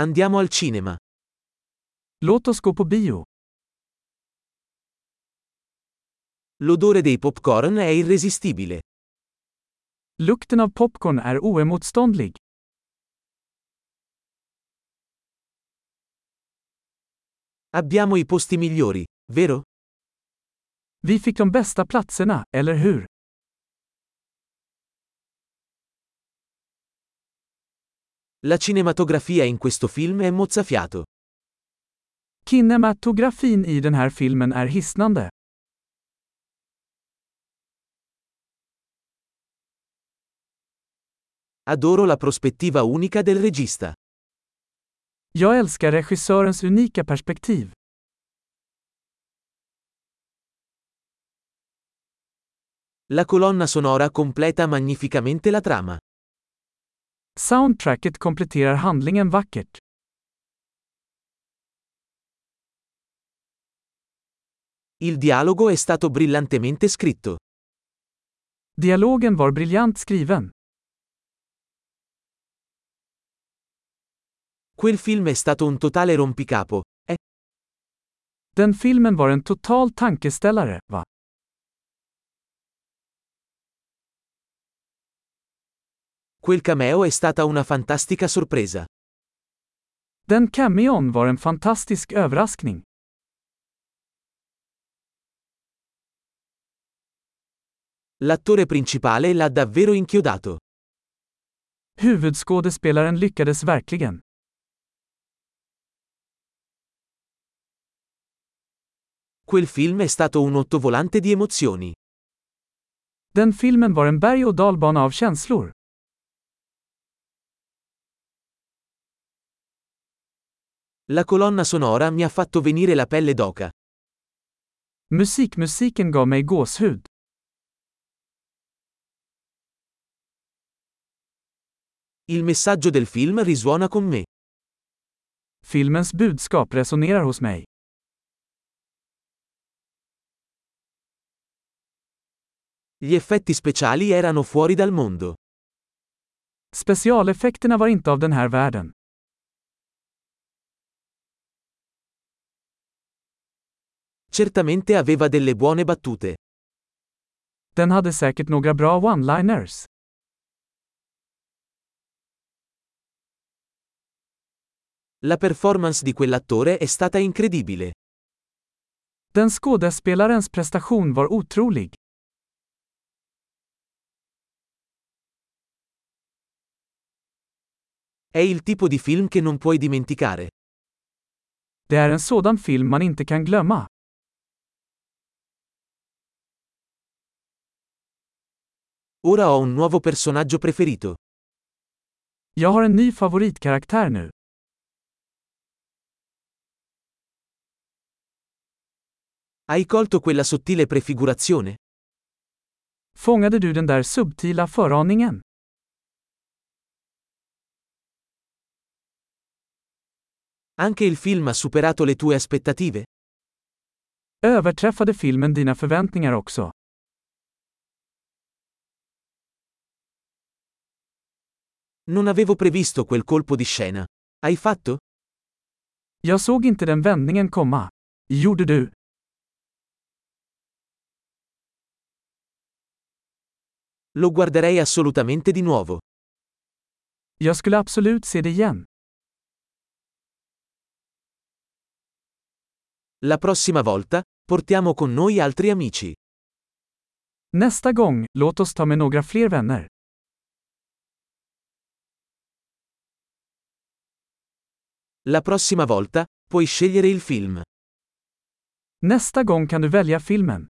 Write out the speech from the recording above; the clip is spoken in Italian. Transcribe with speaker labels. Speaker 1: Andiamo al cinema.
Speaker 2: Låt oss gå på bio.
Speaker 1: L'odore dei popcorn è irresistibile.
Speaker 2: Lukten av popcorn är oemotståndlig.
Speaker 1: Abbiamo i posti migliori, vero?
Speaker 2: Vi fick de bästa platserna, eller hur?
Speaker 1: La cinematografia in questo film è mozzafiato.
Speaker 2: Kinematografin i den här filmen är hisnande.
Speaker 1: Adoro la prospettiva unica del regista.
Speaker 2: Jag älskar regissörens unika perspektiv.
Speaker 1: La colonna sonora completa magnificamente la trama.
Speaker 2: Soundtracket kompletterar handlingen vackert.
Speaker 1: Il dialogo è stato brillantemente scritto.
Speaker 2: Dialogen var briljant skriven.
Speaker 1: Quel film è stato un totale rompicapo, eh?
Speaker 2: Den filmen var en total tankeställare, va?
Speaker 1: Quel cameo è stata una fantastica sorpresa.
Speaker 2: Den cameon var en fantastisk överraskning.
Speaker 1: L'attore principale l'ha davvero inchiodato.
Speaker 2: Huvudskådespelaren lyckades verkligen.
Speaker 1: Quel film è stato un ottovolante di emozioni.
Speaker 2: Den filmen var en berg och dalbana av känslor.
Speaker 1: La colonna sonora mi ha fatto venire la pelle d'oca.
Speaker 2: Musikmusiken gav mig gåshud.
Speaker 1: Il messaggio del film risuona con me.
Speaker 2: Filmens budskap resonerar hos mig.
Speaker 1: Gli effetti speciali erano fuori dal mondo.
Speaker 2: Specialeffekterna var inte av den här världen.
Speaker 1: Certamente aveva delle buone battute.
Speaker 2: Den hade säkert några bra one-liners.
Speaker 1: La performance di quell'attore è stata incredibile.
Speaker 2: Den skådespelarens prestation var otrolig.
Speaker 1: È il tipo di film che non puoi dimenticare.
Speaker 2: Det är en sådan film man inte kan glömma.
Speaker 1: Ora ho un nuovo personaggio preferito.
Speaker 2: Jag har en ny favoritkaraktär nu.
Speaker 1: Hai colto quella sottile prefigurazione?
Speaker 2: Fångade du den där subtila föraningen?
Speaker 1: Anche il film ha superato le tue aspettative?
Speaker 2: Överträffade filmen dina förväntningar också?
Speaker 1: Non avevo previsto quel colpo di scena. Hai fatto?
Speaker 2: Jag såg inte den vändningen komma. Gjorde du?
Speaker 1: Lo guarderei assolutamente di nuovo.
Speaker 2: Jag skulle absolut se det igen.
Speaker 1: La prossima volta, portiamo con noi altri amici.
Speaker 2: Nästa gång, låt oss ta med några fler vänner.
Speaker 1: La prossima volta, puoi scegliere il film.
Speaker 2: Nästa gång kan du välja filmen.